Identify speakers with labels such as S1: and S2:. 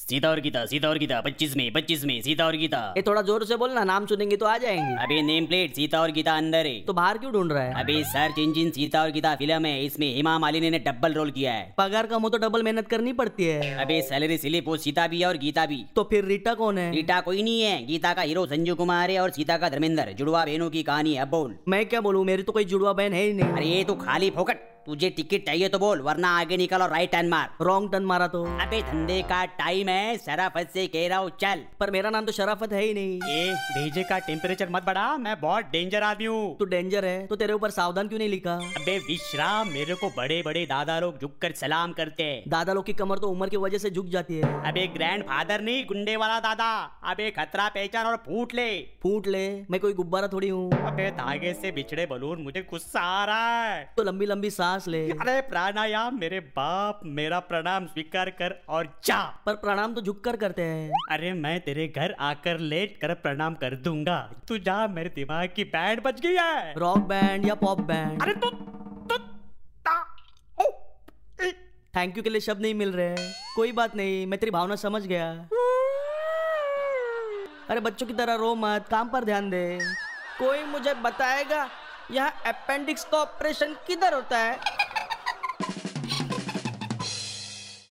S1: सीता और गीता सीता और गीता पच्चीस में पच्चीस में सीता और गीता
S2: ये थोड़ा जोर से बोलना नाम सुनेंगे तो आ जाएंगे
S1: अभी नेम प्लेट सीता और गीता अंदर है
S2: तो बाहर क्यों ढूंढ रहा है
S1: अभी search engine Seeta Aur Geeta film है इसमें हेमा मालिनी ने डबल रोल किया है
S2: पगार कम हो तो डबल मेहनत करनी पड़ती है
S1: अभी सैलरी स्लिप वो सीता भी है और गीता भी
S2: तो फिर रीटा कौन है
S1: गीता कोई नहीं है गीता का हीरो संजू कुमार है और सीता का धर्मेंद्र जुड़वा बहनों की कहानी है अब बोल
S2: मैं क्या बोलूँ मेरी तो कोई जुड़वा बहन है ही नहीं
S1: अरे ये तो खाली फोकट तुझे टिकट चाहिए तो बोल वरना आगे निकल और राइट टर्न मार
S2: रॉन्ग टर्न मारा तो
S1: अबे धंधे का टाइम है शराफत से कह रहा हूँ चल
S2: पर मेरा नाम तो शराफत है ही नहीं
S3: ए भेजे का टेम्परेचर मत बढ़ा मैं बहुत डेंजर आदमी हूँ
S2: तू डेंजर है तो तेरे ऊपर सावधान क्यों नहीं लिखा
S3: अबे विश्राम मेरे को बड़े बड़े दादा लोग झुक कर सलाम करते हैं
S2: दादा लोग की कमर तो उम्र की वजह से झुक जाती है
S3: अबे ग्रैंड फादर नहीं गुंडे वाला दादा अबे खतरा पहचान और फूट ले
S2: फूट ले मैं कोई गुब्बारा थोड़ी हूँ
S3: अबे धागे से बिछड़े बलून मुझे गुस्सा आ रहा है
S2: तो लंबी लंबी सांस ले
S3: अरे प्राणायाम मेरे बाप मेरा प्रणाम स्वीकार कर और जा
S2: पर प्रणाम तो झुक कर करते हैं
S3: अरे मैं तेरे घर आकर लेट कर प्रणाम कर दूंगा तू जा मेरे दिमाग की बैंड बच गई है
S2: रॉक बैंड या पॉप बैंड
S3: अरे तू तू ता, ओ, ए,
S2: थैंक यू के लिए शब्द नहीं मिल रहे हैं कोई बात नहीं मैं तेरी भावना समझ गया अरे बच्चों की तरह रो मत काम पर ध्यान दे कोई मुझे बताएगा यहाँ अपेंडिक्स का ऑपरेशन किधर होता है